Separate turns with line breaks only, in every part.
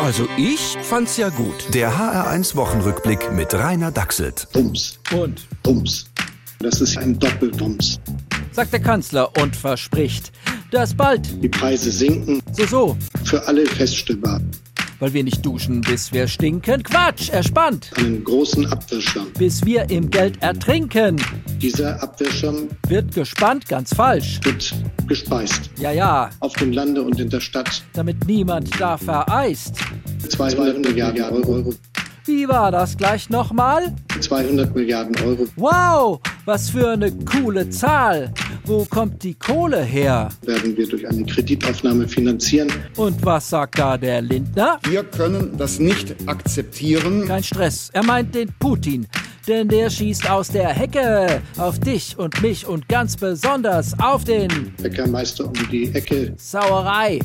Also ich fand's ja gut.
Der HR1 Wochenrückblick mit Rainer Dachselt.
Bums.
Und
Bums. Das ist ein Doppelbums.
sagt der Kanzler und verspricht, dass bald
Die Preise sinken
so so,
für alle feststellbar.
weil wir nicht duschen, bis wir stinken. Quatsch, erspannt,
Einen großen Abwehrschirm.
bis wir im Geld ertrinken.
Dieser Abwehrschirm
Wird gespannt, ganz falsch.
wird gespeist.
Ja, ja,
Auf dem Lande und in der Stadt.
damit niemand da vereist.
200 Milliarden Euro.
Wie war das gleich nochmal?
200 Milliarden Euro
Wow, was für eine coole Zahl. Wo kommt die Kohle her?
werden wir durch eine Kreditaufnahme finanzieren.
Und was sagt da der Lindner?
Wir können das nicht akzeptieren.
Kein Stress, er meint den Putin. Denn der schießt aus der Hecke auf dich und mich und ganz besonders auf den
Bäckermeister um die Ecke.
Sauerei.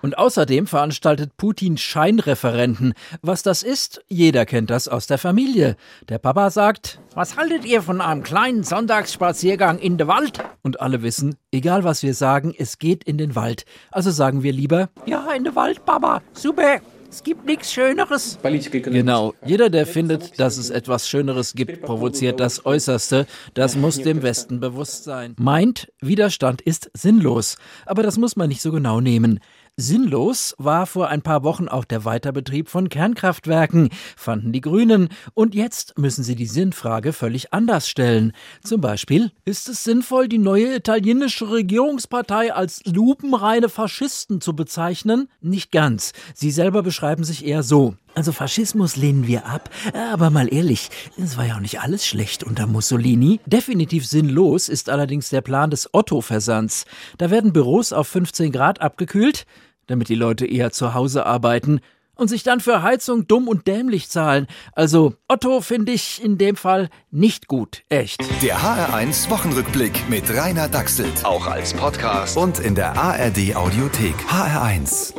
Und außerdem veranstaltet Putin Scheinreferenten. Was das ist, jeder kennt das aus der Familie. Der Papa sagt, was haltet ihr von einem kleinen Sonntagsspaziergang in den Wald? Und alle wissen, egal was wir sagen, es geht in den Wald. Also sagen wir lieber, ja, in den Wald, Papa, super. Es gibt nichts Schöneres. Genau. Jeder, der findet, dass es etwas Schöneres gibt, provoziert das Äußerste. Das muss dem Westen bewusst sein. Meint, Widerstand ist sinnlos. Aber das muss man nicht so genau nehmen. Sinnlos war vor ein paar Wochen auch der Weiterbetrieb von Kernkraftwerken, fanden die Grünen. Und jetzt müssen sie die Sinnfrage völlig anders stellen. Zum Beispiel, ist es sinnvoll, die neue italienische Regierungspartei als lupenreine Faschisten zu bezeichnen? Nicht ganz. Sie selber beschreiben sich eher so. Also Faschismus lehnen wir ab, aber mal ehrlich, es war ja auch nicht alles schlecht unter Mussolini. Definitiv sinnlos ist allerdings der Plan des Otto-Versands. Da werden Büros auf 15 Grad abgekühlt, damit die Leute eher zu Hause arbeiten und sich dann für Heizung dumm und dämlich zahlen. Also Otto finde ich in dem Fall nicht gut, echt.
Der HR1 Wochenrückblick mit Rainer Dachselt.
Auch als Podcast.
Und in der ARD Audiothek. HR1.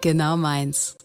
Genau meins.